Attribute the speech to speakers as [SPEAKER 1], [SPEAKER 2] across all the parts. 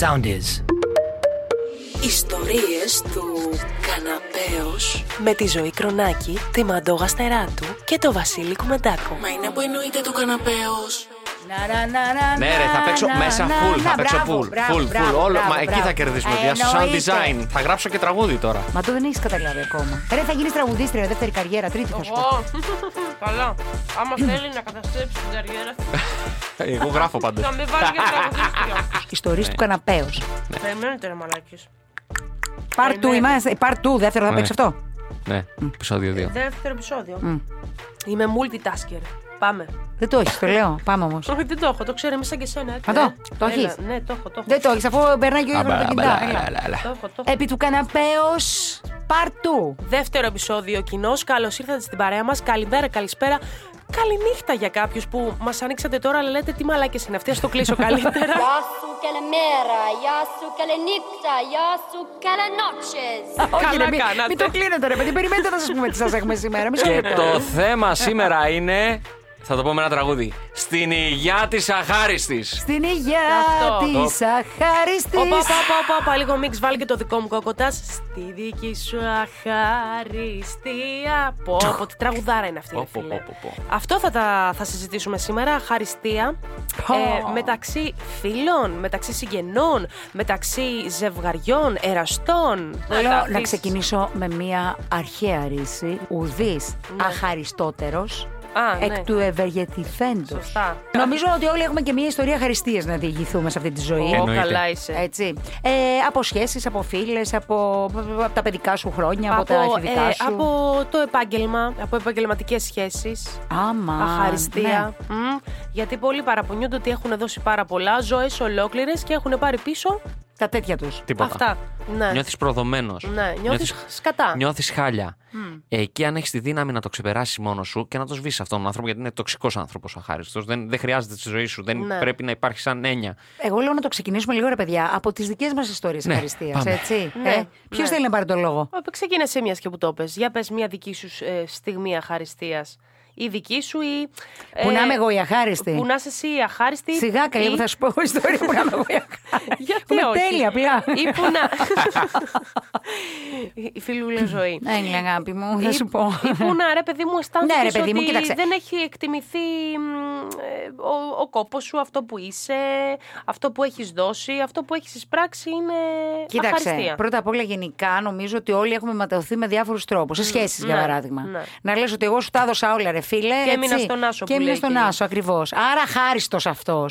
[SPEAKER 1] Sound is.
[SPEAKER 2] Ιστορίες του καναπέως με τη Ζωή Κρονάκη, τη Μαντόγα Στεράτου και το Βασίλη Κουμεντάκο. Μα είναι που εννοείται το καναπέως.
[SPEAKER 3] Ναι, ρε, θα παίξω μέσα full. Θα παίξω full. Full, full. Όλο. Μα εκεί θα κερδίσουμε. παιδιά, στο sound design. Θα γράψω και τραγούδι τώρα.
[SPEAKER 4] Ε, Μα το δεν έχεις καταλάβει ακόμα. Ρε, θα γίνεις τραγουδίστρια, δεύτερη καριέρα, τρίτη θα σου πω.
[SPEAKER 5] Εγώ. Καλά. Άμα θέλει να καταστρέψει την καριέρα,
[SPEAKER 3] Εγώ γράφω
[SPEAKER 5] θα
[SPEAKER 3] πάντα.
[SPEAKER 5] με βάλει για τραγουδίστρια.
[SPEAKER 4] Ιστορίε
[SPEAKER 3] Ναι.
[SPEAKER 4] του καναπέως.
[SPEAKER 5] Περιμένετε ρε μαλάκες.
[SPEAKER 4] Part 2 είμαστε. Part 2, δεύτερο θα
[SPEAKER 3] Ναι.
[SPEAKER 4] παίξεις αυτό.
[SPEAKER 3] Ναι, επεισόδιο 2.
[SPEAKER 5] Δεύτερο επεισόδιο. Είμαι multitasker. Πάμε.
[SPEAKER 4] Δεν το έχεις, το λέω. Πάμε όμως.
[SPEAKER 5] Όχι, δεν το έχω, το ξέρω εμείς σαν και εσένα. έτσι.
[SPEAKER 4] Α, το,
[SPEAKER 5] Ναι.
[SPEAKER 4] το έχεις.
[SPEAKER 5] Έλα, Ναι, το έχω, το έχω.
[SPEAKER 4] Δεν το έχεις, αφού περνάει και ο ίδιο με το κινητά. Έλα.
[SPEAKER 5] Το έχω, το έχω.
[SPEAKER 4] Επί του καναπέως. Part 2.
[SPEAKER 5] Δεύτερο επεισόδιο κοινός. Καλώς ήρθατε στην παρέα μας. Καλημέρα, καλησπέρα. Καληνύχτα για κάποιους που μας ανοίξατε τώρα, αλλά λέτε τι μαλάκες είναι αυτέ. Το κλείσω καλύτερα.
[SPEAKER 6] Γεια σου καλημέρα, γεια σου καληνύχτα, γεια σου καλανότσες.
[SPEAKER 4] Όχι,
[SPEAKER 5] Καλά
[SPEAKER 4] ρε, μην,
[SPEAKER 5] κάνατε.
[SPEAKER 4] μην το κλείνετε, ρε παιδί. Περιμένετε να σας πούμε τι σας έχουμε σήμερα. Μισό
[SPEAKER 3] Και
[SPEAKER 4] λεπτό.
[SPEAKER 5] ε.
[SPEAKER 3] το θέμα σήμερα είναι. Θα το πω με ένα τραγούδι. Στην υγεία της αχάριστης.
[SPEAKER 4] Στην υγεία
[SPEAKER 5] Αυτό.
[SPEAKER 4] της αχάριστης.
[SPEAKER 5] Όπα, όπα, όπα, όπα, λίγο μίξ, βάλει και το δικό μου κόκοτα. Στη δική σου αχαριστία. Πω, πω, τι τραγουδάρα είναι αυτή, ρε
[SPEAKER 3] Πω, πω,
[SPEAKER 5] φίλε.
[SPEAKER 3] πω, πω, πω.
[SPEAKER 5] Αυτό θα, τα, θα συζητήσουμε σήμερα, αχαριστία. Ε, μεταξύ φίλων, μεταξύ συγγενών, μεταξύ ζευγαριών, εραστών.
[SPEAKER 4] Θέλω
[SPEAKER 5] τα
[SPEAKER 4] να
[SPEAKER 5] αφήσεις.
[SPEAKER 4] ξεκινήσω με μια αρχαία ρίση. Ουδής αχαριστότερο
[SPEAKER 5] Ναι. Α, ναι.
[SPEAKER 4] εκ του ευεργετηθέντος.
[SPEAKER 5] Σωστά.
[SPEAKER 4] Νομίζω ότι όλοι έχουμε και μια ιστορία χαριστίας να διηγηθούμε σε αυτή τη ζωή.
[SPEAKER 5] Ω,
[SPEAKER 3] Εννοείται.
[SPEAKER 5] καλά είσαι.
[SPEAKER 4] Έτσι. Ε, από σχέσεις, από φίλες, από, από τα παιδικά σου χρόνια, από, τα εφηβικά
[SPEAKER 5] ε,
[SPEAKER 4] σου.
[SPEAKER 5] από το επάγγελμα, από επαγγελματικές σχέσεις.
[SPEAKER 4] Άμα. ναι.
[SPEAKER 5] Αχαριστία. Μμμ. Γιατί πολλοί παραπονιούνται ότι έχουν δώσει πάρα πολλά, ζωές ολόκληρες και έχουν πάρει πίσω
[SPEAKER 4] ναι, τα τέτοια τους.
[SPEAKER 3] Τίποτα.
[SPEAKER 5] αυτά. Ναι.
[SPEAKER 3] Νιώθεις προδομένος.
[SPEAKER 5] Ναι, νιώθεις σκατά.
[SPEAKER 3] Νιώθεις χάλια. Ε, εκεί αν έχεις τη δύναμη να το ξεπεράσεις μόνος σου και να το σβήσεις αυτόν τον άνθρωπο, γιατί είναι τοξικός άνθρωπος αχάριστος. Δεν, δεν χρειάζεται τη ζωή σου. Δεν
[SPEAKER 5] Ναι.
[SPEAKER 3] πρέπει να υπάρχει σαν έννοια.
[SPEAKER 4] Εγώ λέω να το ξεκινήσουμε λίγο, ρε παιδιά, από τις δικές μας ιστορίες
[SPEAKER 3] Ναι,
[SPEAKER 4] ευχαριστία.
[SPEAKER 3] πάμε.
[SPEAKER 4] Έτσι.
[SPEAKER 5] Ναι,
[SPEAKER 4] Ε, Ποιο
[SPEAKER 5] ναι.
[SPEAKER 4] θέλει να πάρει το λόγο.
[SPEAKER 5] Ε, Ξεκίνησε μιας και που το πες. Για πες μια δική σου ε, στιγμή αχαριστίας. Η δική σου ή. ε,
[SPEAKER 4] που να είμαι εγώ η αχάριστη.
[SPEAKER 5] Που να είσαι εσύ η αχάριστη.
[SPEAKER 4] Σιγά
[SPEAKER 5] ή-
[SPEAKER 4] καλή που θα σου πω ιστορία που να είμαι εγώ η αχάριστη.
[SPEAKER 5] Γιατί
[SPEAKER 4] Με
[SPEAKER 5] όχι.
[SPEAKER 4] τέλεια απλά.
[SPEAKER 5] Ή που να. Η φιλούλα ζωή.
[SPEAKER 4] Ναι, είναι, αγάπη μου, θα
[SPEAKER 5] Ή-
[SPEAKER 4] σου πω.
[SPEAKER 5] Ή που να ρε παιδί μου αισθάνεσαι
[SPEAKER 4] Ναι, ρε, παιδί μου,
[SPEAKER 5] ότι
[SPEAKER 4] κοίταξε.
[SPEAKER 5] δεν έχει εκτιμηθεί μ, ε, ο, ο κόπος σου, αυτό που είσαι, αυτό που έχεις δώσει, αυτό που έχεις εισπράξει είναι
[SPEAKER 4] Κοίταξε,
[SPEAKER 5] αχαριστία.
[SPEAKER 4] πρώτα απ' όλα γενικά νομίζω ότι όλοι έχουμε ματαιωθεί με διάφορους τρόπους. Σε σχέσεις, για
[SPEAKER 5] ναι,
[SPEAKER 4] παράδειγμα.
[SPEAKER 5] ναι.
[SPEAKER 4] Να λες ότι εγώ σου τα έδωσα όλα, ρε φίλε.
[SPEAKER 5] Και
[SPEAKER 4] έτσι.
[SPEAKER 5] έμεινα στον άσο
[SPEAKER 4] Και
[SPEAKER 5] που
[SPEAKER 4] έμεινα
[SPEAKER 5] λέει
[SPEAKER 4] στον
[SPEAKER 5] εκεί.
[SPEAKER 4] άσο, ακριβώς. Άρα χάριστος αυτός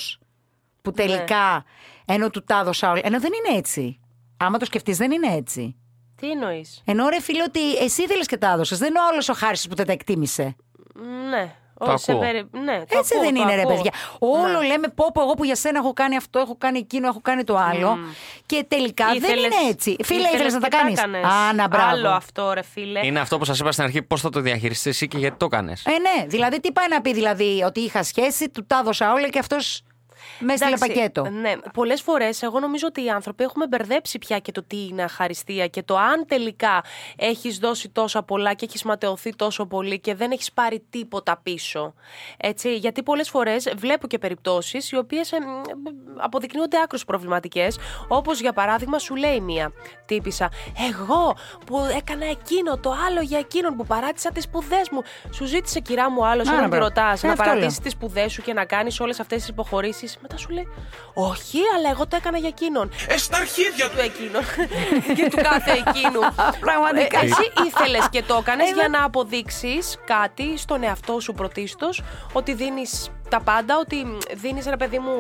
[SPEAKER 4] που
[SPEAKER 5] Ναι.
[SPEAKER 4] τελικά ενώ του τα έδωσα όλα. Ενώ δεν είναι έτσι. Άμα το σκεφτείς, δεν είναι έτσι.
[SPEAKER 5] Τι εννοείς.
[SPEAKER 4] Ενώ ρε φίλε ότι εσύ ήθελε και τα έδωσες. Δεν είναι όλο ο χάριστος που δεν τα εκτίμησε.
[SPEAKER 5] Ναι.
[SPEAKER 3] Το
[SPEAKER 5] Ω, σε
[SPEAKER 3] ακούω.
[SPEAKER 5] περι- ναι, το
[SPEAKER 4] Έτσι
[SPEAKER 5] ακούω,
[SPEAKER 4] δεν
[SPEAKER 5] το
[SPEAKER 4] είναι, ρε
[SPEAKER 5] ακούω.
[SPEAKER 4] παιδιά. Όλο
[SPEAKER 5] Ναι.
[SPEAKER 4] λέμε πω, πω, εγώ που για σένα έχω κάνει αυτό, έχω κάνει εκείνο, έχω κάνει το άλλο. Και τελικά δεν
[SPEAKER 5] Ήθελες-
[SPEAKER 4] είναι έτσι. Φίλε, ήθελες να τα
[SPEAKER 5] και
[SPEAKER 4] κάνεις.
[SPEAKER 5] έκανες.
[SPEAKER 4] Α, να μπράβο.
[SPEAKER 5] Άλλο αυτό, ρε φίλε.
[SPEAKER 3] Είναι αυτό που σας είπα στην αρχή, πώς θα το διαχειριστείς εσύ και γιατί το έκανε.
[SPEAKER 4] Ε, ναι. Δηλαδή, τι πάει να πει, δηλαδή, ότι είχα σχέση, του τα έδωσα όλα και αυτός με έστειλε
[SPEAKER 5] Εντάξει,
[SPEAKER 4] πακέτο.
[SPEAKER 5] Ναι, πολλές φορές εγώ νομίζω ότι οι άνθρωποι έχουμε μπερδέψει πια και το τι είναι αχαριστία και το αν τελικά έχεις δώσει τόσα πολλά και έχεις ματαιωθεί τόσο πολύ και δεν έχεις πάρει τίποτα πίσω. Έτσι, γιατί πολλές φορές βλέπω και περιπτώσεις οι οποίες αποδεικνύονται άκρως προβληματικές. Όπως για παράδειγμα, σου λέει μία τύπησα. Εγώ που έκανα εκείνο το άλλο για εκείνον που παράτησα τις σπουδές μου. Σου ζήτησε κυρά μου άλλος,
[SPEAKER 4] Άρα,
[SPEAKER 5] όταν τη
[SPEAKER 4] μπράβο.
[SPEAKER 5] ρωτάς
[SPEAKER 4] Ε,
[SPEAKER 5] να
[SPEAKER 4] αυτό λέω.
[SPEAKER 5] παρατήσεις τις σπουδές σου και να κάνεις όλες αυτές τις υποχωρήσεις. Μετά σου λέει, Όχι, αλλά εγώ το έκανα για εκείνον. Ε, στα αρχίδια του εκείνον. και του κάθε εκείνου.
[SPEAKER 4] Πραγματικά. Ε,
[SPEAKER 5] Ε, Εσύ ήθελες και το έκανες για να αποδείξεις κάτι στον εαυτό σου πρωτίστως, ότι δίνεις τα πάντα, ότι δίνεις ρε παιδί μου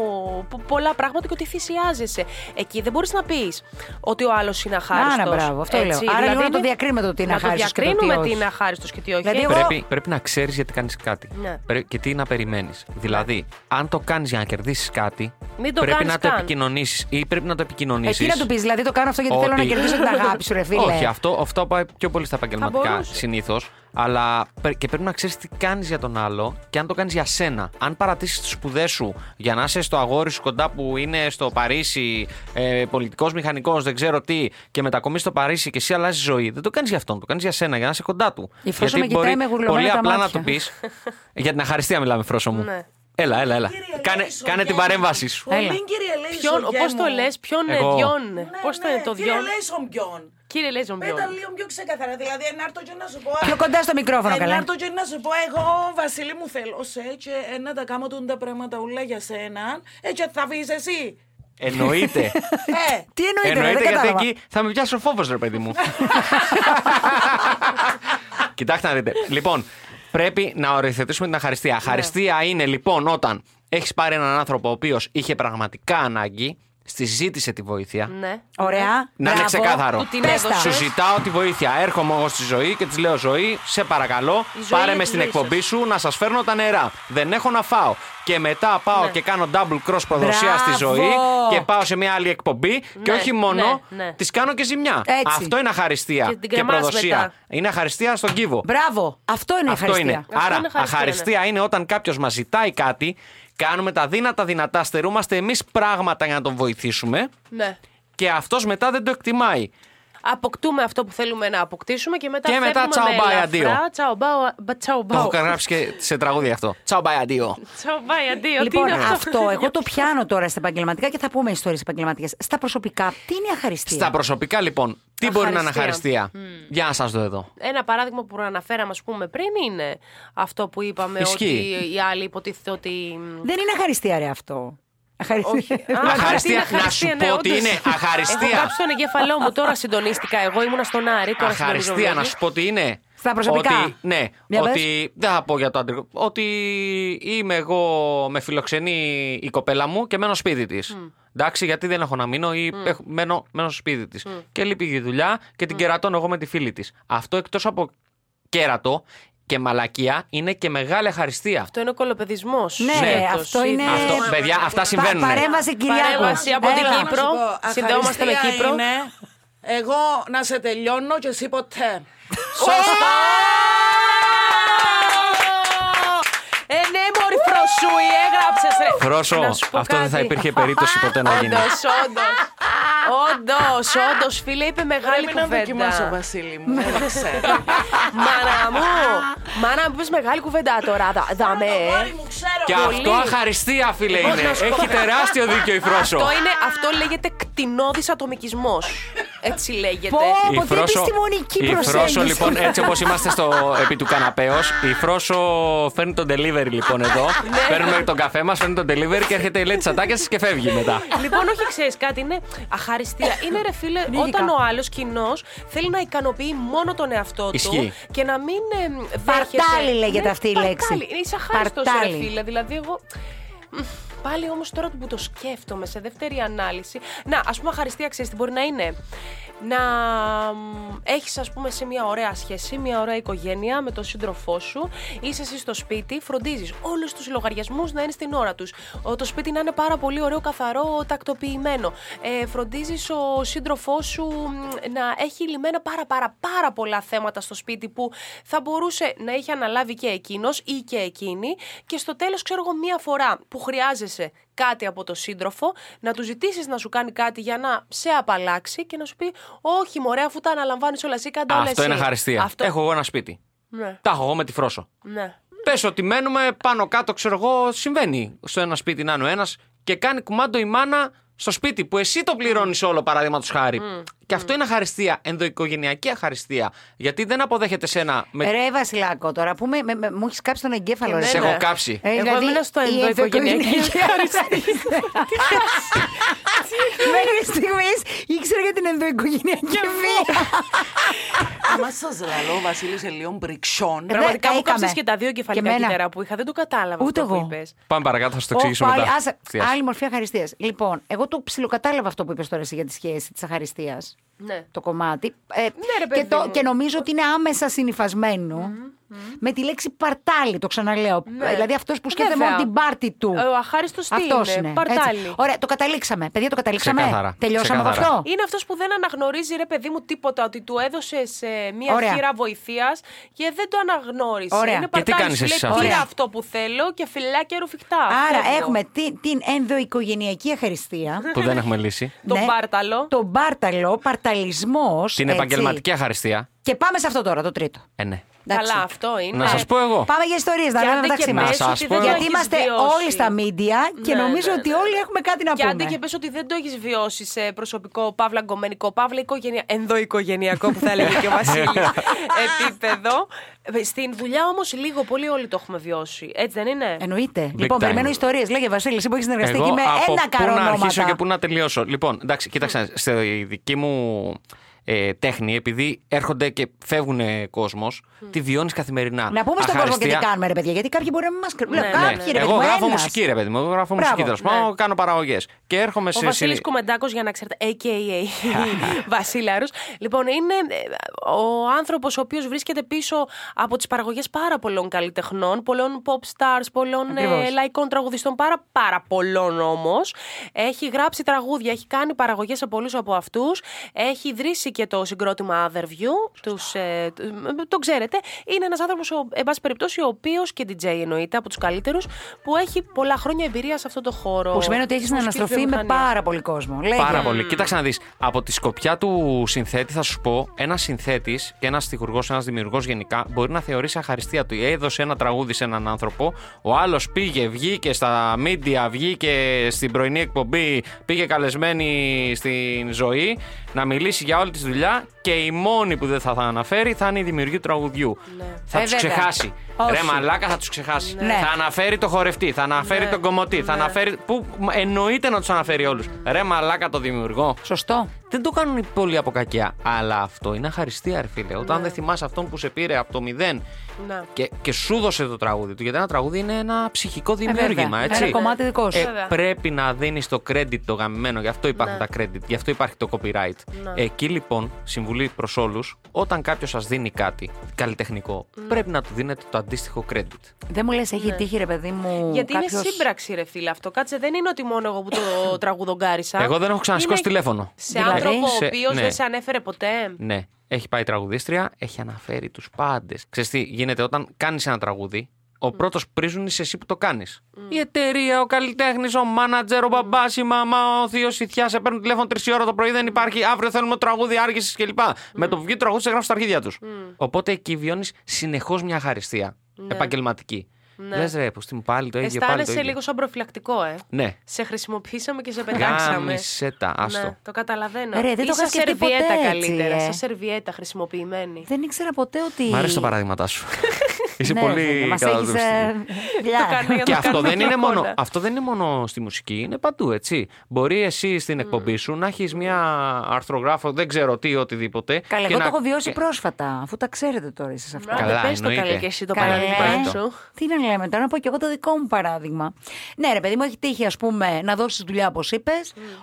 [SPEAKER 5] πο- πολλά πράγματα και ότι θυσιάζεσαι. Εκεί δεν μπορείς να πεις ότι ο άλλος είναι αχάριστος.
[SPEAKER 4] Άρα, μπράβο, αυτό λέω. Άρα λίγο να το διακρίνουμε το τι είναι αχάριστος και το τι
[SPEAKER 5] Να το διακρίνουμε
[SPEAKER 4] όχι.
[SPEAKER 5] τι είναι αχάριστος και τι όχι.
[SPEAKER 4] Δηλαδή,
[SPEAKER 5] έτσι.
[SPEAKER 4] Εγώ-
[SPEAKER 3] Πρέπει, πρέπει να ξέρεις γιατί κάνεις κάτι.
[SPEAKER 5] Ναι.
[SPEAKER 3] Πρέ- Και τι να περιμένεις. Δηλαδή, αν το κάνεις για να κερδίσεις κάτι,
[SPEAKER 5] Μην το
[SPEAKER 3] πρέπει
[SPEAKER 5] κάνεις
[SPEAKER 3] να το
[SPEAKER 5] καν.
[SPEAKER 3] επικοινωνήσεις ή πρέπει να το επικοινωνήσεις.
[SPEAKER 4] Εκεί να του πεις, δηλαδή, το κάνω αυτό γιατί θέλω να
[SPEAKER 3] Ότι-
[SPEAKER 4] κερδίσω την αγάπη σου, ρε φίλε.
[SPEAKER 3] Όχι, αυτό, αυτό πάει πιο πολύ στα επαγγελματικά
[SPEAKER 5] μπορούσε.
[SPEAKER 3] συνήθως. Αλλά πρέ- και πρέπει να ξέρεις τι κάνεις για τον άλλο και αν το κάνεις για σένα. Αν παρατήσεις τις σπουδές σου για να είσαι στο αγόρι σου κοντά που είναι στο Παρίσι, ε, πολιτικός μηχανικός, δεν ξέρω τι, και μετακομίσει στο Παρίσι και εσύ αλλάζεις ζωή, δεν το κάνεις για αυτόν. Το κάνεις για σένα, για να είσαι κοντά του.
[SPEAKER 4] Η Φρόσο με κοιτάει με γουρλωμένα
[SPEAKER 3] πολύ
[SPEAKER 4] τα
[SPEAKER 3] απλά να
[SPEAKER 4] μάτια.
[SPEAKER 3] του πεις. για την αχαριστία μιλάμε, Φρόσο μου.
[SPEAKER 5] Ναι.
[SPEAKER 3] Έλα, έλα, έλα.
[SPEAKER 1] Κύριε
[SPEAKER 3] Κάνε,
[SPEAKER 1] Λέη,
[SPEAKER 3] κάνε την
[SPEAKER 1] Σογγέλη.
[SPEAKER 3] παρέμβασή σου.
[SPEAKER 4] Έλα.
[SPEAKER 1] Πολύ κύριε Λέη
[SPEAKER 5] Ποιον,
[SPEAKER 1] Σογγέλη
[SPEAKER 5] πώ
[SPEAKER 1] μου.
[SPEAKER 5] το λες, ποιον
[SPEAKER 3] Εγώ.
[SPEAKER 5] ε, διόν.
[SPEAKER 1] Ναι,
[SPEAKER 5] πώς το
[SPEAKER 1] ναι,
[SPEAKER 5] είναι το
[SPEAKER 1] Κύριε
[SPEAKER 5] διόν.
[SPEAKER 1] Λέη Σογγέλη.
[SPEAKER 5] Κύριε Λέζομπιόν.
[SPEAKER 1] Πέτα λίγο πιο ξεκαθαρά. Δηλαδή, να έρθω και να σου πω.
[SPEAKER 4] Πιο κοντά στο μικρόφωνο,
[SPEAKER 1] Ε,
[SPEAKER 4] καλά.
[SPEAKER 1] Να έρθω και να σου πω, εγώ, Βασίλη μου, θέλω σε και ε, να τα κάνω τούν τα πράγματα όλα για σένα. Ε, και θα βγεις εσύ.
[SPEAKER 3] Εννοείται.
[SPEAKER 1] Ε,
[SPEAKER 4] Τι εννοείται, ρε,
[SPEAKER 3] Εννοείται
[SPEAKER 4] δεν
[SPEAKER 3] γιατί
[SPEAKER 4] κατάλαβα.
[SPEAKER 3] εκεί θα με πιάσει ο φόβος, ρε παιδί μου. Κοιτάξτε να δείτε. Λοιπόν, πρέπει να οριοθετήσουμε την αχαριστία.
[SPEAKER 4] Ναι.
[SPEAKER 3] Αχαριστία είναι λοιπόν όταν έχεις πάρει έναν άνθρωπο ο οποίος είχε πραγματικά ανάγκη, στη ζήτησε τη βοήθεια.
[SPEAKER 5] Ναι.
[SPEAKER 4] Ωραία.
[SPEAKER 3] Να είναι
[SPEAKER 4] Μπράβο.
[SPEAKER 3] ξεκάθαρο.
[SPEAKER 5] Του την
[SPEAKER 4] Πες τα.
[SPEAKER 5] έδωσες.
[SPEAKER 3] Σου ζητάω τη βοήθεια. Έρχομαι εγώ στη ζωή και της λέω: Ζωή, σε παρακαλώ,
[SPEAKER 5] Η ζωή
[SPEAKER 3] πάρε
[SPEAKER 5] είναι
[SPEAKER 3] με
[SPEAKER 5] τη
[SPEAKER 3] στην
[SPEAKER 5] ζωή
[SPEAKER 3] εκπομπή σου να σας φέρνω τα νερά. Δεν έχω να φάω. Και μετά πάω
[SPEAKER 5] Ναι.
[SPEAKER 3] και κάνω double cross προδοσία στη
[SPEAKER 4] Μπράβο.
[SPEAKER 3] ζωή και πάω σε μια άλλη εκπομπή και
[SPEAKER 5] Ναι,
[SPEAKER 3] όχι μόνο,
[SPEAKER 5] ναι, ναι.
[SPEAKER 3] τη κάνω και ζημιά.
[SPEAKER 4] Έτσι.
[SPEAKER 3] Αυτό είναι αχαριστία
[SPEAKER 5] Και την κρεμάς
[SPEAKER 3] προδοσία.
[SPEAKER 5] μετά.
[SPEAKER 3] Είναι αχαριστία στον κύβο.
[SPEAKER 4] Μπράβο. Αυτό είναι η
[SPEAKER 3] Αυτό είναι.
[SPEAKER 4] ευχαριστία.
[SPEAKER 5] Αυτό
[SPEAKER 3] Άρα,
[SPEAKER 5] είναι ναι. ευχαριστία,
[SPEAKER 3] αχαριστία είναι όταν κάποιος μας ζητάει κάτι, κάνουμε τα δύνατα δυνατά, στερούμαστε εμείς πράγματα για να τον βοηθήσουμε
[SPEAKER 5] ναι.
[SPEAKER 3] και αυτός μετά δεν το εκτιμάει.
[SPEAKER 5] Αποκτούμε αυτό που θέλουμε να αποκτήσουμε και μετά
[SPEAKER 3] Και μετά
[SPEAKER 5] φεύγουμε
[SPEAKER 3] τσαο
[SPEAKER 5] με
[SPEAKER 3] μπάι,
[SPEAKER 5] ελαφρά.
[SPEAKER 3] αντίο.
[SPEAKER 5] Τσαο μπάι, μπα- τσαο
[SPEAKER 3] Το έχω
[SPEAKER 5] μπάι.
[SPEAKER 3] γράψει και σε τραγούδι αυτό. Τσαου bye, αντίο.
[SPEAKER 5] Τσαο μπάι, αντίο. Τι
[SPEAKER 4] Λοιπόν,
[SPEAKER 5] είναι
[SPEAKER 4] αυτό εγώ το πιάνω τώρα στα επαγγελματικά και θα πούμε ιστορίες επαγγελματικές. Στα προσωπικά, τι είναι η αχαριστία.
[SPEAKER 3] Στα προσωπικά λοιπόν, τι μπορεί να είναι
[SPEAKER 5] Αχαριστία.
[SPEAKER 3] αχαριστία. Για να σας δω εδώ.
[SPEAKER 5] Ένα παράδειγμα που αναφέραμε, ας πούμε, πριν είναι αυτό που είπαμε
[SPEAKER 3] Ισχύει.
[SPEAKER 5] ότι οι άλλοι υποτίθεται ότι.
[SPEAKER 4] Δεν είναι αχαριστία, ρε αυτό.
[SPEAKER 5] Όχι.
[SPEAKER 4] Αχαριστία.
[SPEAKER 5] Α, είναι
[SPEAKER 3] Αχαριστία, Ε, να σου
[SPEAKER 5] αχαριστία,
[SPEAKER 3] πω
[SPEAKER 5] ναι,
[SPEAKER 3] ότι
[SPEAKER 5] όντως.
[SPEAKER 3] είναι αχαριστία.
[SPEAKER 5] Έχω κάψει τον εγκέφαλό μου, τώρα συντονίστηκα. Εγώ ήμουνα στον Άρη, τώρα
[SPEAKER 3] Αχαριστία,
[SPEAKER 5] συντονίζομαι.
[SPEAKER 3] να σου πω ότι είναι.
[SPEAKER 4] δηλαδή. Στα προσωπικά.
[SPEAKER 3] Ότι, ναι,
[SPEAKER 4] Για πες.
[SPEAKER 3] ότι. Δεν θα πω για το αντρικό. Ότι είμαι εγώ, με φιλοξενεί η κοπέλα μου και μένω σπίτι της. Εντάξει, γιατί δεν έχω να μείνω ή έχω- μένω, μένω στο σπίτι της. Και λείπει η δουλειά και την κερατώνω εγώ με τη φίλη της. Αυτό εκτός από κέρατο και μαλακία είναι και μεγάλη αχαριστία.
[SPEAKER 5] Αυτό είναι ο κολοπεδισμός.
[SPEAKER 4] Ναι, αυτό είναι.
[SPEAKER 3] Αυτό, παιδιά, αυτά συμβαίνουν.
[SPEAKER 4] Πα- παρέμβαση Κυριάκου.
[SPEAKER 5] Παρέμβαση από την
[SPEAKER 4] Έλα.
[SPEAKER 5] Κύπρο. Συνδεόμαστε με
[SPEAKER 1] αχαριστία
[SPEAKER 5] Κύπρο.
[SPEAKER 1] είναι Εγώ να σε τελειώνω και εσύ ποτέ.
[SPEAKER 5] Σωστά! Ε, ναι, μωρή φροσούι, έγραψες ρε.
[SPEAKER 3] Φρόσο,
[SPEAKER 5] Να σου πω
[SPEAKER 3] αυτό δεν θα
[SPEAKER 5] κάτι.
[SPEAKER 3] υπήρχε περίπτωση ποτέ να γίνει.
[SPEAKER 5] Όντως, όντως. Όντως, όντως, φίλε, είπε μεγάλη
[SPEAKER 1] Πρέπει να δοκιμάσω,
[SPEAKER 5] κουβέντα.
[SPEAKER 1] Βασίλη μου. δεν ξέρω.
[SPEAKER 5] Μάνα μου, μάνα μου, είπες μεγάλη κουβέντα τώρα, δα- δαμε.
[SPEAKER 1] Το κόρη μου ξέρω.
[SPEAKER 3] Και
[SPEAKER 5] Πολύ.
[SPEAKER 3] αυτό αχαριστία, φίλε, είναι.
[SPEAKER 5] να σου πω.
[SPEAKER 3] Έχει τεράστιο δίκιο η Φρόσο.
[SPEAKER 5] Αυτό, είναι, αυτό λέγεται κτηνώδης ατομικισμός. Έτσι λέγεται.
[SPEAKER 4] Πω,
[SPEAKER 3] Η
[SPEAKER 4] πω, τι
[SPEAKER 3] Φρόσο-
[SPEAKER 4] επιστημονική
[SPEAKER 3] η Φρόσο,
[SPEAKER 4] προσέγγιση.
[SPEAKER 3] λοιπόν, έτσι όπως είμαστε στο επί του καναπέως, η Φρόσο φέρνει τον delivery λοιπόν εδώ.
[SPEAKER 5] Ναι.
[SPEAKER 3] Παίρνουμε τον καφέ μας, φέρνει τον delivery και έρχεται η λέει τη ατάκια και φεύγει μετά.
[SPEAKER 5] Λοιπόν, όχι, ξέρεις κάτι, είναι αχαριστία. Είναι ρε φίλε, όταν ο άλλος κοινός θέλει να ικανοποιεί μόνο τον εαυτό του
[SPEAKER 3] Ισχύει.
[SPEAKER 5] και να μην ε, μ, δέχεσαι.
[SPEAKER 4] Παρτάλι λέγεται αυτή η
[SPEAKER 5] παρτάλι.
[SPEAKER 4] λέξη.
[SPEAKER 5] Είσαι αχάριστος, ρε
[SPEAKER 4] Παρτάλι.
[SPEAKER 5] φίλε. Δηλαδή, εγώ. μ, Πάλι όμως τώρα που το σκέφτομαι σε δεύτερη ανάλυση. Να, ας πούμε, αχαριστία ξέρεις τι μπορεί να είναι. Να έχεις, ας πούμε, σε μια ωραία σχέση, μια ωραία οικογένεια με τον σύντροφό σου. Είσαι εσύ στο σπίτι, φροντίζεις όλους τους λογαριασμούς να είναι στην ώρα τους. Το σπίτι να είναι πάρα πολύ ωραίο, καθαρό, τακτοποιημένο. Ε, φροντίζεις ο σύντροφός σου μ, να έχει λυμμένα πάρα, πάρα, πάρα πολλά θέματα στο σπίτι που θα μπορούσε να είχε αναλάβει και εκείνος ή και εκείνη. Και στο τέλος, ξέρω εγώ, μία φορά που χρειάζεσαι κάτι από το σύντροφο, να του ζητήσεις να σου κάνει κάτι για να σε απαλλάξει και να σου πει: Όχι, μωρέ, αφού τα αναλαμβάνεις όλα εσύ, κάντα όλα
[SPEAKER 3] Αυτό είναι
[SPEAKER 5] εσύ».
[SPEAKER 3] αχαριστία.
[SPEAKER 5] Αυτό...
[SPEAKER 3] Έχω εγώ ένα σπίτι.
[SPEAKER 5] Ναι,
[SPEAKER 3] Τα έχω εγώ με τη Φρόσο.
[SPEAKER 5] ναι.
[SPEAKER 3] Πες ότι μένουμε πάνω κάτω, ξέρω εγώ, συμβαίνει στο ένα σπίτι να είναι ο ένας και κάνει κουμάντο η μάνα στο σπίτι που εσύ το πληρώνεις όλο, παραδείγματος χάρη. Και αυτό είναι αχαριστία, ενδοοικογενειακή αχαριστία. Γιατί δεν αποδέχεται σένα με
[SPEAKER 4] Ρε Βασιλάκο, τώρα που με, με- με- μου έχεις κάψει τον εγκέφαλο.
[SPEAKER 5] Και
[SPEAKER 4] ρε.
[SPEAKER 3] Σε
[SPEAKER 5] Ναι.
[SPEAKER 3] έχω κάψει.
[SPEAKER 4] Ε,
[SPEAKER 5] Εγώ
[SPEAKER 4] δηλαδή,
[SPEAKER 5] έμεινα στο
[SPEAKER 4] η
[SPEAKER 5] ενδοοικογενειακή
[SPEAKER 4] ενδοοικογενειακή ευχαριστία. Μέχρι στιγμής ήξερα για την ενδοοικογενειακή βία.
[SPEAKER 1] Μα σα λέω, ο Βασίλης Ελίων Μπριξών.
[SPEAKER 4] Ρε,
[SPEAKER 5] Πραγματικά μου
[SPEAKER 4] Ε, Ναι, έκαμε.
[SPEAKER 5] κάψε και τα δύο
[SPEAKER 4] Και
[SPEAKER 5] κεφαλικά
[SPEAKER 4] εμένα.
[SPEAKER 5] κύτταρα που είχα, δεν το κατάλαβα
[SPEAKER 4] Ούτε
[SPEAKER 5] αυτό
[SPEAKER 4] εγώ.
[SPEAKER 5] που είπες.
[SPEAKER 3] Πάμε παρακάτω, θα σου το
[SPEAKER 4] Ω,
[SPEAKER 3] εξηγήσω
[SPEAKER 4] πάλι,
[SPEAKER 3] μετά.
[SPEAKER 4] άσε,
[SPEAKER 3] Ευθείας.
[SPEAKER 4] άλλη μορφή αχαριστίας. Λοιπόν, εγώ το ψιλοκατάλαβα αυτό που είπες τώρα εσύ για τη σχέση της αχαριστίας.
[SPEAKER 5] Ναι.
[SPEAKER 4] Το κομμάτι. Ε,
[SPEAKER 5] ρε,
[SPEAKER 4] και,
[SPEAKER 5] παιδί μου.
[SPEAKER 4] και νομίζω ότι είναι άμεσα συνυφασμένο με τη λέξη παρτάλι, το ξαναλέω. Δηλαδή αυτός που σκέφτεται
[SPEAKER 5] Ναι. Βέβαια. Ε,
[SPEAKER 4] μόνο την πάρτη του.
[SPEAKER 5] Ο αχάριστος τι
[SPEAKER 4] Αυτός
[SPEAKER 5] είναι,
[SPEAKER 4] έτσι.
[SPEAKER 5] παρτάλι.
[SPEAKER 4] Ωραία, το καταλήξαμε. Παιδιά, το καταλήξαμε.
[SPEAKER 3] Ξεκάθαρα,
[SPEAKER 4] Τελειώσαμε από
[SPEAKER 3] ξεκάθαρα.
[SPEAKER 4] αυτό.
[SPEAKER 5] Είναι αυτός που δεν αναγνωρίζει, ρε παιδί μου, τίποτα. Ότι του έδωσες μία
[SPEAKER 4] Ωραία.
[SPEAKER 5] χείρα βοηθείας και δεν το αναγνώρισε.
[SPEAKER 4] Ωραία.
[SPEAKER 5] Είναι
[SPEAKER 3] Και τι
[SPEAKER 5] παρτάρι,
[SPEAKER 3] κάνεις
[SPEAKER 5] σου
[SPEAKER 3] εσύ
[SPEAKER 5] λέει,
[SPEAKER 3] σε αυτό?
[SPEAKER 5] Πήρα
[SPEAKER 4] Ωραία.
[SPEAKER 5] αυτό που θέλω και φυλάκια ρουφιχτά.
[SPEAKER 4] Άρα
[SPEAKER 5] Φεύγω.
[SPEAKER 4] έχουμε την, την ενδοοικογενειακή αχαριστία.
[SPEAKER 3] Που δεν έχουμε λύσει.
[SPEAKER 5] Τον πάρταλο.
[SPEAKER 4] Τον πάρταλο, παρταλισμός.
[SPEAKER 3] Την επαγγελματική αχαριστία.
[SPEAKER 4] Και πάμε σε αυτό τώρα, το τρίτο.
[SPEAKER 3] Ε, ναι.
[SPEAKER 5] Καλά, αυτό είναι.
[SPEAKER 3] Να σας πω εγώ.
[SPEAKER 4] Πάμε για ιστορίες, να
[SPEAKER 5] Και
[SPEAKER 4] λέμε
[SPEAKER 5] άντε
[SPEAKER 4] μεταξύ
[SPEAKER 5] και
[SPEAKER 4] μα.
[SPEAKER 5] πες
[SPEAKER 3] Να σας
[SPEAKER 5] ότι
[SPEAKER 3] πω
[SPEAKER 5] δεν το
[SPEAKER 4] Γιατί
[SPEAKER 5] έχεις
[SPEAKER 4] είμαστε
[SPEAKER 5] βιώσει.
[SPEAKER 4] όλοι στα μίντια και
[SPEAKER 5] Ναι,
[SPEAKER 4] νομίζω
[SPEAKER 5] ναι,
[SPEAKER 4] ότι
[SPEAKER 5] ναι.
[SPEAKER 4] όλοι έχουμε κάτι να
[SPEAKER 5] Και
[SPEAKER 4] πούμε.
[SPEAKER 5] άντε και πες ότι δεν το έχεις βιώσει σε προσωπικό, παύλα γκομενικό, παύλα οικογενεια... ενδοοικογενειακό που θα έλεγε και ο Βασίλης επίπεδο. Ε, Στην δουλειά όμως λίγο πολύ όλοι το έχουμε βιώσει. Έτσι δεν είναι.
[SPEAKER 4] Εννοείται.
[SPEAKER 3] Big
[SPEAKER 4] λοιπόν,
[SPEAKER 3] time.
[SPEAKER 4] περιμένω ιστορίες. Λέγε Βασίλη, εσύ που έχεις συνεργαστεί
[SPEAKER 3] Εγώ
[SPEAKER 4] εκεί με
[SPEAKER 3] από
[SPEAKER 4] ένα
[SPEAKER 3] πού
[SPEAKER 4] καρό
[SPEAKER 3] να αρχίσω και
[SPEAKER 4] ονόματα.
[SPEAKER 3] πού να τελειώσω. Λοιπόν, εντάξει, κοίταξε, στη δική μου ε, τέχνη, επειδή έρχονται και φεύγουν κόσμο, τη βιώνεις καθημερινά.
[SPEAKER 4] Να πούμε στον κόσμο και τι
[SPEAKER 3] Αχαριστία.
[SPEAKER 4] κάνουμε, ρε παιδιά. Γιατί κάποιοι μπορεί να μην μα
[SPEAKER 5] Ναι,
[SPEAKER 4] κρίνουν.
[SPEAKER 5] ναι, ναι.
[SPEAKER 4] Κάποιοι, ρε παιδί
[SPEAKER 3] Εγώ
[SPEAKER 4] μου,
[SPEAKER 3] γράφω
[SPEAKER 4] ένας.
[SPEAKER 3] μουσική, ρε παιδί μου. Εγώ γράφω
[SPEAKER 4] Μπράβο,
[SPEAKER 3] μουσική. Τέλο
[SPEAKER 5] ναι.
[SPEAKER 3] πάω, κάνω παραγωγές. Και έρχομαι
[SPEAKER 5] Ο
[SPEAKER 3] σε.
[SPEAKER 5] Βασίλης
[SPEAKER 3] συ-
[SPEAKER 5] Κουμεντάκος, για να ξέρετε, AKA Βασίλαρος. Λοιπόν, είναι ε, ο άνθρωπος ο οποίος βρίσκεται πίσω από τις παραγωγές πάρα πολλών καλλιτεχνών, πολλών pop stars, πολλών ε,
[SPEAKER 4] Ακριβώς.
[SPEAKER 5] λαϊκών τραγουδιστών, πάρα, πάρα πολλών όμως. Έχει γράψει τραγούδια, έχει κάνει παραγωγές σε πολλούς από αυτούς. Έχει ιδρύσει και το συγκρότημα Other View. Τους, ε, τ- ε, το ξέρετε. Είναι ένας άνθρωπος, εν πάση περιπτώσει, ο οποίος και DJ εννοείται από τους καλύτερους, που έχει πολλά χρόνια εμπειρία σε αυτό το χώρο.
[SPEAKER 4] Που σημαίνει ότι έχεις
[SPEAKER 5] της
[SPEAKER 4] την
[SPEAKER 5] μουσικής
[SPEAKER 4] αναστροφή με
[SPEAKER 5] βιομηχανίας.
[SPEAKER 4] πάρα πολύ κόσμο. Λέγε.
[SPEAKER 3] Πάρα πολύ. Κοίταξε να δεις. Από τη σκοπιά του συνθέτη, θα σου πω, ένας συνθέτης και ένας τυχουργό, ένας δημιουργός γενικά, μπορεί να θεωρήσει αχαριστία του. Έδωσε ένα τραγούδι σε έναν άνθρωπο, ο άλλος πήγε, βγήκε στα μίντια, βγήκε στην πρωινή εκπομπή, πήγε καλεσμένη στην ζωή να μιλήσει για όλη τη δουλειά και η μόνη που δεν θα, θα αναφέρει θα είναι η δημιουργή του τραγουδιού. Θα
[SPEAKER 4] Ε,
[SPEAKER 3] τους
[SPEAKER 4] βέβαια.
[SPEAKER 3] ξεχάσει.
[SPEAKER 4] Όχι.
[SPEAKER 3] Ρε μαλάκα θα τους ξεχάσει.
[SPEAKER 4] Ναι.
[SPEAKER 3] Θα αναφέρει το χορευτή, θα αναφέρει τον κομμωτή, θα αναφέρει. Που εννοείται να τους αναφέρει όλους. Ρε μαλάκα το δημιουργό.
[SPEAKER 4] Σωστό.
[SPEAKER 3] Δεν το κάνουν πολλοί από κακιά. Αλλά αυτό είναι αχαριστία, ρε φίλε.
[SPEAKER 4] Ναι.
[SPEAKER 3] Όταν δεν θυμάσαι αυτόν που σε πήρε από το μηδέν
[SPEAKER 5] Ναι.
[SPEAKER 3] και, και σου δώσε το τραγούδι του. Γιατί ένα τραγούδι είναι ένα ψυχικό
[SPEAKER 4] Ε, βέβαια.
[SPEAKER 3] δημιούργημα, έτσι.
[SPEAKER 4] Ένα κομμάτι δικό σου.
[SPEAKER 3] Ε,
[SPEAKER 5] Βέβαια.
[SPEAKER 3] πρέπει να δίνεις το credit το γαμμένο. Γι' αυτό υπάρχουν
[SPEAKER 4] Ναι.
[SPEAKER 3] τα credit, γι' αυτό υπάρχει το copyright. Εκεί λοιπόν, συμβουλή προς όλους, όταν κάποιος σας δίνει κάτι καλλιτεχνικό,
[SPEAKER 4] Ναι.
[SPEAKER 3] πρέπει να του δίνετε το αντίστοιχο credit.
[SPEAKER 4] Δεν μου λες, έχει τύχει, ρε παιδί μου.
[SPEAKER 5] Ναι. Γιατί είναι
[SPEAKER 4] κάποιος-
[SPEAKER 5] σύμπραξη, ρε φίλε αυτό. Κάτσε, δεν είναι ότι μόνο εγώ που το τραγουδογκάρισα.
[SPEAKER 3] Εγώ δεν έχω ξανασηκώσει
[SPEAKER 5] Είναι
[SPEAKER 3] τηλέφωνο.
[SPEAKER 5] Σε
[SPEAKER 4] Δηλαδή,
[SPEAKER 5] άνθρωπο ο
[SPEAKER 3] σε-
[SPEAKER 5] οποίος
[SPEAKER 3] ναι.
[SPEAKER 5] δεν σε ανέφερε ποτέ.
[SPEAKER 3] Ναι. Έχει πάει τραγουδίστρια, έχει αναφέρει τους πάντες. Ξέρεις τι γίνεται όταν κάνεις ένα τραγούδι, ο πρώτος πρίζουν είσαι εσύ που το κάνεις. Η εταιρεία, ο καλλιτέχνης, ο μάνατζερ, ο μπαμπάς, η μαμά, ο θείος, η θεία σε παίρνουν τηλέφωνο 3 ώρα το πρωί, δεν υπάρχει, αύριο θέλουμε το τραγούδι, άργησε κλπ. Με το που βγει το τραγούδι σε γράφουν στα αρχίδια τους. Οπότε εκεί βιώνεις συνεχώς μια χαριστία επαγγελματική. Ναι. Λες ρε, πώ την πάλι το ίδιο, πάλι το
[SPEAKER 5] Αισθάνεσαι
[SPEAKER 3] ίδιο.
[SPEAKER 5] λίγο σαν προφυλακτικό, ε.
[SPEAKER 3] Ναι.
[SPEAKER 5] Σε χρησιμοποίησαμε και σε πετάξαμε.
[SPEAKER 3] Γάμισε τα, άστο.
[SPEAKER 5] Ναι, το καταλαβαίνω.
[SPEAKER 4] Ρε, δεν το
[SPEAKER 5] Ή
[SPEAKER 4] είχα
[SPEAKER 5] σαν
[SPEAKER 4] σκεφτεί ποτέ
[SPEAKER 5] σερβιέτα
[SPEAKER 4] έτσι,
[SPEAKER 5] καλύτερα.
[SPEAKER 4] ε.
[SPEAKER 5] Σαν σερβιέτα χρησιμοποιημένη.
[SPEAKER 4] Δεν ήξερα ποτέ ότι.
[SPEAKER 3] Μ' αρέσει το παράδειγμά σου. Είσαι
[SPEAKER 4] Ναι, ε,
[SPEAKER 3] πολύ
[SPEAKER 4] Μα έχει.
[SPEAKER 3] καταδοστική.
[SPEAKER 5] κάνω για να
[SPEAKER 3] Και
[SPEAKER 5] το
[SPEAKER 3] αυτό
[SPEAKER 5] κάνουμε
[SPEAKER 3] δεν, είναι
[SPEAKER 5] πλακώνα.
[SPEAKER 3] μόνο, αυτό δεν είναι μόνο στη μουσική, είναι παντού, έτσι. Μπορεί εσύ στην εκπομπή σου να έχεις μια αρθρογράφο, δεν ξέρω τι, οτιδήποτε.
[SPEAKER 4] Καλά,
[SPEAKER 3] και
[SPEAKER 4] εγώ
[SPEAKER 3] να-
[SPEAKER 4] το έχω βιώσει
[SPEAKER 3] και-
[SPEAKER 4] πρόσφατα, αφού τα ξέρετε τώρα εσείς αυτά.
[SPEAKER 5] Άντε,
[SPEAKER 3] Καλά,
[SPEAKER 5] πες το
[SPEAKER 3] εννοείται.
[SPEAKER 5] καλέ και εσύ το
[SPEAKER 4] Καλέ.
[SPEAKER 5] παράδειγμα σου.
[SPEAKER 4] Τι να λέμε τώρα, να πω και εγώ το δικό μου παράδειγμα. Ναι, ρε παιδί μου, έχει τύχει, ας πούμε, να δώσεις δουλειά όπως είπες,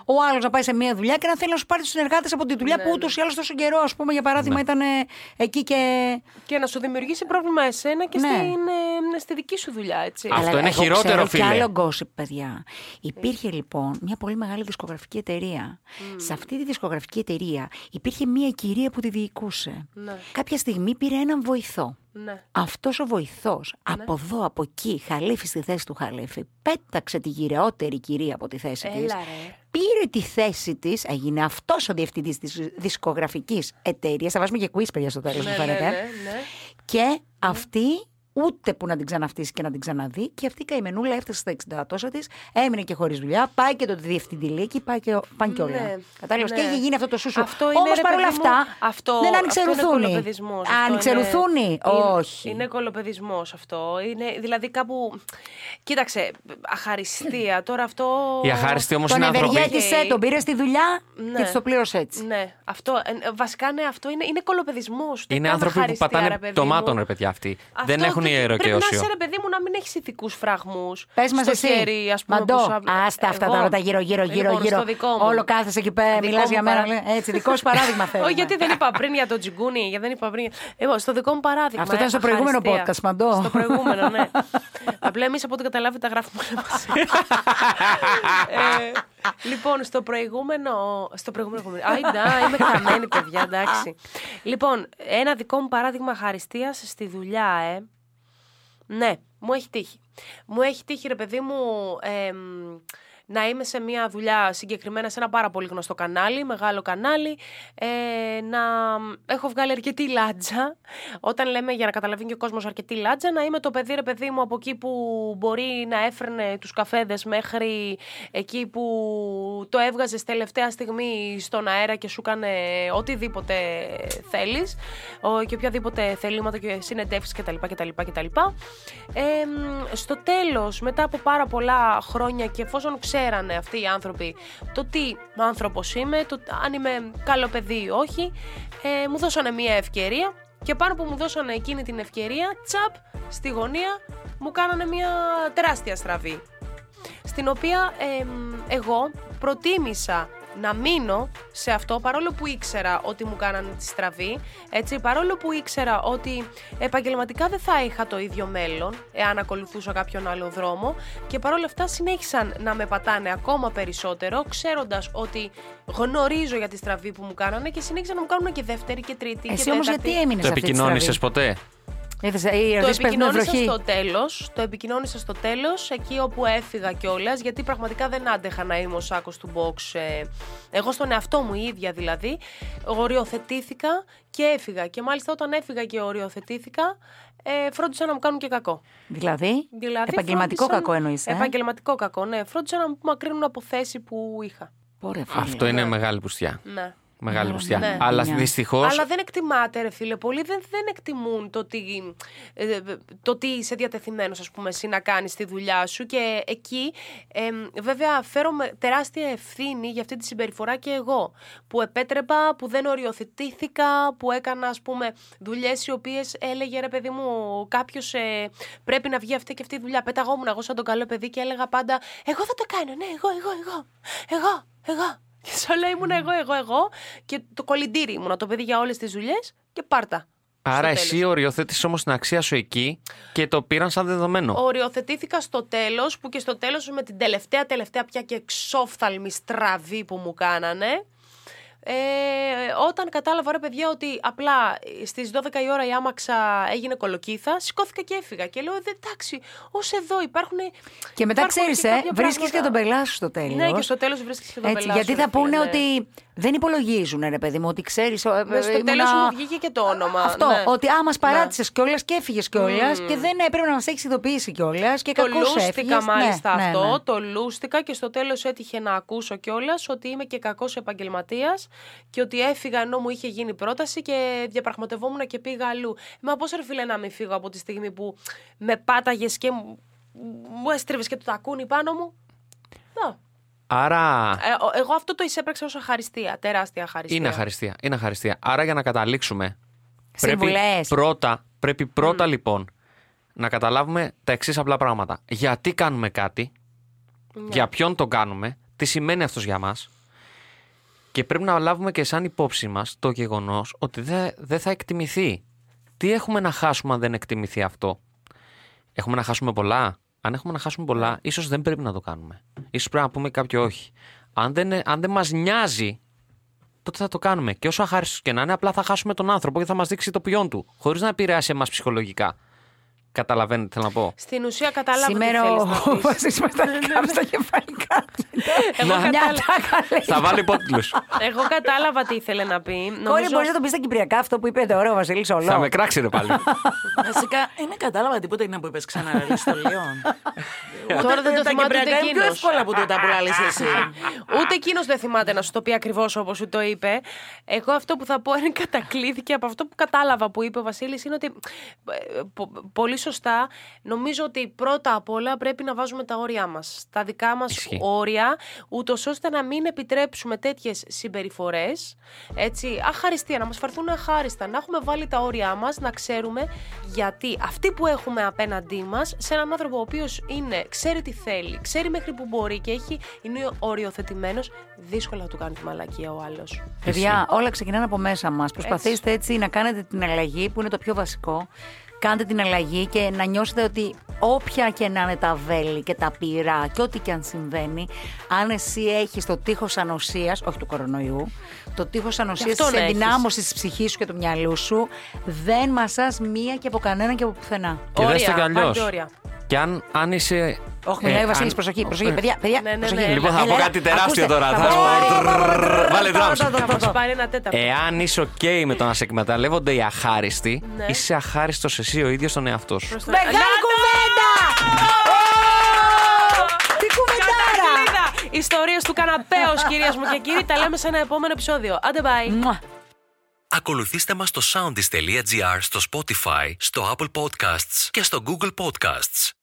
[SPEAKER 4] ο άλλος να πάει σε μια δουλειά και να θέλει να σου πάρει τους συνεργάτες από τη δουλειά που ούτως ή άλλως τόσο καιρό, ας πούμε, για
[SPEAKER 3] Ναι.
[SPEAKER 4] παράδειγμα, ήταν ε, εκεί και.
[SPEAKER 5] Και να σου δημιουργήσει πρόβλημα εσένα και
[SPEAKER 4] Ναι.
[SPEAKER 5] στην, ε, στη δική σου δουλειά, έτσι.
[SPEAKER 3] Αυτό
[SPEAKER 4] Αλλά
[SPEAKER 3] είναι
[SPEAKER 4] εγώ
[SPEAKER 3] χειρότερο,
[SPEAKER 4] ξέρω
[SPEAKER 3] φίλε.
[SPEAKER 4] Και άλλο γκόσυπ, παιδιά. Υπήρχε λοιπόν μια πολύ μεγάλη δισκογραφική εταιρεία. Σε αυτή τη δισκογραφική εταιρεία υπήρχε μια κυρία που τη διοικούσε.
[SPEAKER 5] Ναι.
[SPEAKER 4] Κάποια στιγμή πήρε έναν βοηθό.
[SPEAKER 5] Ναι.
[SPEAKER 4] Αυτός ο βοηθός από εδώ, από εκεί, χαλίφη στη θέση του χαλίφη, πέταξε τη γυρεότερη κυρία από τη θέση της.
[SPEAKER 5] Έλα, ρε.
[SPEAKER 4] Πήρε τη θέση της, έγινε αυτός ο διευθυντής της δισκογραφικής εταιρείας. Θα βάζουμε και quiz, παιδιά, στο τέλος, μου
[SPEAKER 5] Ναι, ναι,
[SPEAKER 4] φαίνεται.
[SPEAKER 5] ναι, ναι.
[SPEAKER 4] Και αυτή ούτε που να την ξαναφτύσεις και να την ξαναδεί. Και αυτή η καημενούλα έφτασε στα 60 τόσα της, έμεινε και χωρίς δουλειά, πάει και το διευθυντηλίκι, πάει και, πάνε και όλα.
[SPEAKER 5] Ναι,
[SPEAKER 4] Κατάλαβες.
[SPEAKER 5] ναι.
[SPEAKER 4] Και έχει γίνει αυτό το σούσου.
[SPEAKER 5] Αυτό είναι,
[SPEAKER 4] Όμως
[SPEAKER 5] ρε
[SPEAKER 4] παρόλα
[SPEAKER 5] παιδί μου,
[SPEAKER 4] αυτά
[SPEAKER 5] αυτό,
[SPEAKER 4] δεν
[SPEAKER 5] Αυτό
[SPEAKER 4] ανξερουθούν.
[SPEAKER 5] είναι κολοπεδισμός, αυτό
[SPEAKER 4] Ανξερουθούν,
[SPEAKER 5] είναι-
[SPEAKER 4] όχι.
[SPEAKER 5] Είναι, είναι κολοπεδισμός αυτό. Είναι, δηλαδή κάπου... Κοίταξε, αχαριστία. Τώρα αυτό...
[SPEAKER 3] Οι αχάριστοι όμως
[SPEAKER 4] Τον
[SPEAKER 3] είναι άνθρωποι.
[SPEAKER 4] ευεργέτησε,
[SPEAKER 5] Οκ.
[SPEAKER 4] τον πήρε στη δουλειά και
[SPEAKER 5] Ναι.
[SPEAKER 4] της το πλήρωσε έτσι.
[SPEAKER 5] Ναι, αυτό, ε, ε, βασικά ναι, αυτό είναι, είναι κολοπεδισμός. Δεν
[SPEAKER 3] Είναι
[SPEAKER 5] κάνω
[SPEAKER 3] άνθρωποι που
[SPEAKER 5] αχαριστία, ρε,
[SPEAKER 3] πατάνε
[SPEAKER 5] παιδί
[SPEAKER 3] τομάτων,
[SPEAKER 5] μου.
[SPEAKER 3] ρε παιδιά αυτοί.
[SPEAKER 5] Αυτό
[SPEAKER 3] Δεν έχουν
[SPEAKER 5] και
[SPEAKER 3] ιερό και
[SPEAKER 5] Πρέπει να
[SPEAKER 3] όσιο.
[SPEAKER 5] είσαι, ρε παιδί μου, να μην έχεις ηθικούς φραγμούς.
[SPEAKER 4] Πες μας, εσύ.
[SPEAKER 5] Χέρι, ας πούμε,
[SPEAKER 4] Μαντό,
[SPEAKER 5] που σου-
[SPEAKER 4] άστα αυτά
[SPEAKER 5] Εγώ?
[SPEAKER 4] τώρα τα γύρω, γύρω, γύρω.
[SPEAKER 5] Λοιπόν,
[SPEAKER 4] γύρω.
[SPEAKER 5] στο δικό μου.
[SPEAKER 4] Όλο κάθεσαι εκεί πέρα,
[SPEAKER 5] Δικό
[SPEAKER 4] μιλάς
[SPEAKER 5] μου
[SPEAKER 4] για μένα.
[SPEAKER 5] παρά-
[SPEAKER 4] λέει, Έτσι, δικό σου παράδειγμα θέλω. ναι.
[SPEAKER 5] Όχι, γιατί δεν είπα πριν για τον Τζιγκούνι, γιατί δεν είπα πριν. για- Λοιπόν, στο δικό μου παράδειγμα.
[SPEAKER 4] Αυτό ήταν
[SPEAKER 5] ε,
[SPEAKER 4] στο προηγούμενο
[SPEAKER 5] αχαριστία.
[SPEAKER 4] podcast, Μαντώ.
[SPEAKER 5] Στο προηγούμενο, ναι. Απλά εμείς από ό,τι καταλάβει τα γράφουμε όλα μαζί. Ε, Λοιπόν, στο προηγούμενο. Στο προηγούμενο. επόμενο. Άιντα, είμαι χαμένη, παιδιά, εντάξει. Λοιπόν, ένα δικό μου παράδειγμα χαριστίας στη δουλειά, ε. Ναι, μου έχει τύχει. Μου έχει τύχει, ρε παιδί μου, εμ, να είμαι σε μια δουλειά συγκεκριμένα σε ένα πάρα πολύ γνωστό κανάλι, μεγάλο κανάλι, ε, να έχω βγάλει αρκετή λάτζα. Όταν λέμε για να καταλαβαίνει και ο κόσμος αρκετή λάτζα, να είμαι το παιδί ρε παιδί μου από εκεί που μπορεί να έφερνε τους καφέδες μέχρι εκεί που το έβγαζες τελευταία στιγμή στον αέρα και σου έκανε οτιδήποτε θέλεις και οποιαδήποτε θελήματα και συνεντεύξεις κτλ. κτλ, κτλ. Ε, στο τέλος, μετά από πάρα πολλά χρόνια και εφόσον ξέρανε αυτοί οι άνθρωποι το τι άνθρωπος είμαι, το αν είμαι καλό παιδί ή όχι, ε, μου δώσανε μία ευκαιρία και πάνω που μου δώσανε εκείνη την ευκαιρία, τσαπ, στη γωνία μου κάνανε μία τεράστια στραβή. Στην οποία ε, εγώ προτίμησα να μείνω σε αυτό παρόλο που ήξερα ότι μου κάνανε τη στραβή, έτσι, παρόλο που ήξερα ότι επαγγελματικά δεν θα είχα το ίδιο μέλλον εάν ακολουθούσα κάποιον άλλο δρόμο και παρόλα αυτά συνέχισαν να με πατάνε ακόμα περισσότερο ξέροντας ότι γνωρίζω για τη στραβή που μου κάνανε και συνέχισαν να μου κάνουν και δεύτερη και τρίτη και
[SPEAKER 4] Εσύ όμως
[SPEAKER 5] τέταρτη.
[SPEAKER 4] γιατί έμεινες
[SPEAKER 3] Το
[SPEAKER 4] σε αυτή τη στραβή.
[SPEAKER 3] επικοινώνησε ποτέ.
[SPEAKER 5] Ναι.
[SPEAKER 4] Ήρθες-
[SPEAKER 5] Το
[SPEAKER 4] οι ερωτήσεις παίζουν
[SPEAKER 5] επικοινώνησα
[SPEAKER 4] βροχή.
[SPEAKER 5] στο τέλος. Το επικοινώνησα στο τέλος, εκεί όπου έφυγα κιόλας, γιατί πραγματικά δεν άντεχα να είμαι ο σάκος του box. ε, Εγώ στον εαυτό μου η ίδια δηλαδή. Οριοθετήθηκα και έφυγα. Και μάλιστα όταν έφυγα και οριοθετήθηκα, ε, φρόντισα να μου κάνουν και κακό.
[SPEAKER 4] Δηλαδή,
[SPEAKER 5] Δηλαδή,
[SPEAKER 4] επαγγελματικό
[SPEAKER 5] φρόντισαν-
[SPEAKER 4] κακό εννοείς, ε?
[SPEAKER 5] Επαγγελματικό κακό, ναι. Φρόντισαν να μου μακρύνουν από θέση που είχα.
[SPEAKER 4] Ωραία, φίλε.
[SPEAKER 3] Αυτό είναι μεγάλη πουστιά.
[SPEAKER 5] Ναι.
[SPEAKER 3] Μεγάλη πουστιά.
[SPEAKER 5] ναι.
[SPEAKER 3] Αλλά
[SPEAKER 4] Ναι.
[SPEAKER 3] δυστυχώς.
[SPEAKER 5] Αλλά δεν εκτιμάται, ρε φίλε. Πολλοί δεν, δεν εκτιμούν το τι, ε, το τι είσαι διατεθειμένος, ας πούμε, εσύ να κάνεις τη δουλειά σου. Και εκεί, εμ, βέβαια, φέρομαι τεράστια ευθύνη για αυτή τη συμπεριφορά και εγώ. Που επέτρεπα, που δεν οριοθετήθηκα, που έκανα, ας πούμε, δουλειές οι οποίες έλεγε ρε παιδί μου, κάποιος πρέπει να βγει αυτή και αυτή η δουλειά. Πεταγόμουν εγώ σαν τον καλό παιδί και έλεγα πάντα, Εγώ θα το κάνω, ναι, εγώ, εγώ, εγώ, εγώ, εγώ. Και σε όλα ήμουν εγώ, εγώ, εγώ. Και το κολυντήρι ήμουν το παιδί για όλες τις δουλειές και πάρτα.
[SPEAKER 3] Άρα
[SPEAKER 5] τέλος.
[SPEAKER 3] εσύ οριοθέτησες όμως την αξία σου εκεί και το πήραν σαν δεδομένο.
[SPEAKER 5] Οριοθετήθηκα στο τέλος, που και στο τέλος με την τελευταία, τελευταία πια και εξόφθαλμη στραβή που μου κάνανε. Ε, όταν κατάλαβα ρε παιδιά ότι απλά στι 12 η ώρα η άμαξα έγινε κολοκύθα, σηκώθηκα και έφυγα. Και λέω: «Ε, Εντάξει, ως εδώ υπάρχουν.
[SPEAKER 4] Και μετά
[SPEAKER 5] υπάρχουν
[SPEAKER 4] ξέρεις, ε,
[SPEAKER 5] κάποια
[SPEAKER 4] βρίσκεις και
[SPEAKER 5] πράγματα».
[SPEAKER 4] τον πελά σου στο τέλο.
[SPEAKER 5] Ναι, και στο τέλος βρίσκεις και τον
[SPEAKER 4] Έτσι,
[SPEAKER 5] πελάσιο,
[SPEAKER 4] γιατί
[SPEAKER 5] ρε
[SPEAKER 4] θα
[SPEAKER 5] φίλε,
[SPEAKER 4] πούνε
[SPEAKER 5] ναι.
[SPEAKER 4] ότι δεν υπολογίζουν, ρε παιδί μου, ότι ξέρεις. Στο
[SPEAKER 5] Ναι, στο τέλος μου βγήκε και το όνομα,
[SPEAKER 4] Αυτό.
[SPEAKER 5] ναι.
[SPEAKER 4] Ότι άμα
[SPEAKER 5] Ναι.
[SPEAKER 4] παράτησε κιόλας και έφυγες κιόλας και δεν έπρεπε να μας έχεις ειδοποιήσει κιόλας και Ναι,
[SPEAKER 5] Το
[SPEAKER 4] κακό
[SPEAKER 5] λούστηκα μάλιστα αυτό. Το λούστηκα και στο τέλος έτυχε να ακούσω κιόλας ότι είμαι και κακός επαγγελματίας και ότι έφυγα ενώ μου είχε γίνει πρόταση και διαπραγματευόμουν και πήγα αλλού. Μα πώς ρε φίλε να μην φύγω από τη στιγμή που με πάταγες και μου- μου έστριβες και το τακούνι πάνω μου. Να.
[SPEAKER 3] Άρα.
[SPEAKER 5] Ε, ο- εγώ αυτό το εισέπραξα ως αχαριστία, τεράστια αχαριστία.
[SPEAKER 3] Είναι αχαριστία. Είναι αχαριστία. Άρα για να καταλήξουμε.
[SPEAKER 4] Συμβουλές.
[SPEAKER 3] Πρέπει πρώτα, πρέπει πρώτα λοιπόν να καταλάβουμε τα εξής απλά πράγματα. Γιατί κάνουμε κάτι, για ποιον το κάνουμε, τι σημαίνει αυτός για μας. Και πρέπει να λάβουμε και σαν υπόψη μας το γεγονός ότι δεν δεν θα εκτιμηθεί. Τι έχουμε να χάσουμε αν δεν εκτιμηθεί αυτό. Έχουμε να χάσουμε πολλά. Αν έχουμε να χάσουμε
[SPEAKER 4] Ναι.
[SPEAKER 3] πολλά, ίσως δεν πρέπει να το κάνουμε. σω πρέπει να πούμε κάποιο όχι. Αν δεν, αν δεν μας νοιάζει, τότε θα το κάνουμε. Και όσο αχάριστος και να είναι, απλά θα χάσουμε τον άνθρωπο και θα μας δείξει το ποιόν του. Χωρίς να επηρεάσει εμάς ψυχολογικά. Καταλαβαίνετε, θέλω να πω.
[SPEAKER 5] Στην ουσία κατάλαβα
[SPEAKER 4] Σήμερα
[SPEAKER 5] τι
[SPEAKER 4] ο
[SPEAKER 5] θέλεις να πεις.
[SPEAKER 4] Βασίλη μα τα κάψει τα κεφαλικά.
[SPEAKER 5] Εγώ
[SPEAKER 4] Μια
[SPEAKER 5] κατάλαβα.
[SPEAKER 4] τάκα λέει.
[SPEAKER 3] θα βάλει υπότιτλους.
[SPEAKER 5] Εγώ κατάλαβα τι ήθελε να πει.
[SPEAKER 4] Κόρη,
[SPEAKER 5] Νομίζω-
[SPEAKER 4] μπορείς να το πεις στα κυπριακά αυτό που είπε τώρα ο Βασίλης Ολό.
[SPEAKER 3] θα με κράξει ρε πάλι.
[SPEAKER 1] Βασικά, ε, δεν κατάλαβα τίποτα είναι που είπες ξανά, ρε στο Λιόν.
[SPEAKER 5] Τώρα δεν το
[SPEAKER 1] τα
[SPEAKER 5] θυμάται
[SPEAKER 1] κυπριακά
[SPEAKER 5] ούτε
[SPEAKER 1] είναι πιο
[SPEAKER 5] εκείνος.
[SPEAKER 1] εύκολα που το τα που λάλης εσύ.
[SPEAKER 5] Ούτε εκείνος δεν θυμάται να σου το πει ακριβώς όπως σου το είπε. Εγώ αυτό που θα πω είναι κατακλείθηκε από αυτό που κατάλαβα που είπε ο Βασίλης είναι ότι ε, πο- πολύ σωστά νομίζω ότι πρώτα απ' όλα πρέπει να βάζουμε τα όρια μας. Τα δικά μας
[SPEAKER 3] Ισχύει.
[SPEAKER 5] όρια, ούτως ώστε να μην επιτρέψουμε τέτοιες συμπεριφορές. Έτσι, αχαριστία, να μας φερθούν αχάριστα, να έχουμε βάλει τα όρια μας, να ξέρουμε γιατί αυτοί που έχουμε απέναντί μας, σε έναν άνθρωπο ο οποίος είναι, ξέρει τι θέλει, ξέρει μέχρι που μπορεί και έχει, είναι οριοθετημένος, δύσκολα θα του κάνει τη μαλακία ο άλλος.
[SPEAKER 4] Παιδιά, όλα ξεκινάνε από μέσα μας. Προσπαθήστε έτσι να κάνετε την αλλαγή, που είναι το πιο βασικό. Κάντε την αλλαγή και να νιώσετε ότι όποια και να είναι τα βέλη και τα πυρά και ό,τι και αν συμβαίνει, αν εσύ έχεις το τείχος ανοσίας, όχι του κορονοϊού, το τείχος ανοσίας
[SPEAKER 5] αυτό
[SPEAKER 4] της
[SPEAKER 5] να έχεις.
[SPEAKER 4] ενδυνάμωσης της ψυχής σου και του μυαλού σου, δεν μασάς μία και από κανέναν και από πουθενά.
[SPEAKER 3] Και δες το κι αλλιώς.
[SPEAKER 5] Όρια.
[SPEAKER 3] Και αν, αν είσαι. ε,
[SPEAKER 4] Όχι, μιλάει ο Βασίλης,
[SPEAKER 3] αν-
[SPEAKER 4] προσοχή,
[SPEAKER 3] όχι,
[SPEAKER 4] προσοχή, παιδιά. παιδιά
[SPEAKER 5] Ναι, ναι, ναι.
[SPEAKER 4] προσοχή.
[SPEAKER 3] Λοιπόν, θα
[SPEAKER 4] Έλα,
[SPEAKER 3] πω
[SPEAKER 4] έλα,
[SPEAKER 3] κάτι τεράστιο
[SPEAKER 4] ακούστε,
[SPEAKER 3] τώρα.
[SPEAKER 4] θα
[SPEAKER 3] Θα
[SPEAKER 4] πω-
[SPEAKER 3] πω- Βάλε
[SPEAKER 4] Τώρα,
[SPEAKER 3] drums.
[SPEAKER 4] τώρα, τώρα,
[SPEAKER 5] Θα
[SPEAKER 4] τώρα.
[SPEAKER 5] μας πάρει ένα τέταρτο.
[SPEAKER 3] Εάν είσαι OK με το να σε εκμεταλλεύονται οι αχάριστοι,
[SPEAKER 5] Ναι.
[SPEAKER 3] είσαι αχάριστος εσύ ο ίδιος τον εαυτό σου.
[SPEAKER 5] Προς το-
[SPEAKER 4] Μεγάλη
[SPEAKER 5] Να-
[SPEAKER 4] κουβέντα! Τι κουβεντάρα!
[SPEAKER 5] Κατακλείδα! Ιστορίες του καναπέως κυρία μου και κύριοι, τα λέμε σε ένα επόμενο επεισόδιο. Άντε, bye.
[SPEAKER 4] Μουα.
[SPEAKER 7] Ακολουθήστε μας στο soundist.gr, στο Spotify, στο Apple Podcasts και στο Google Podcasts.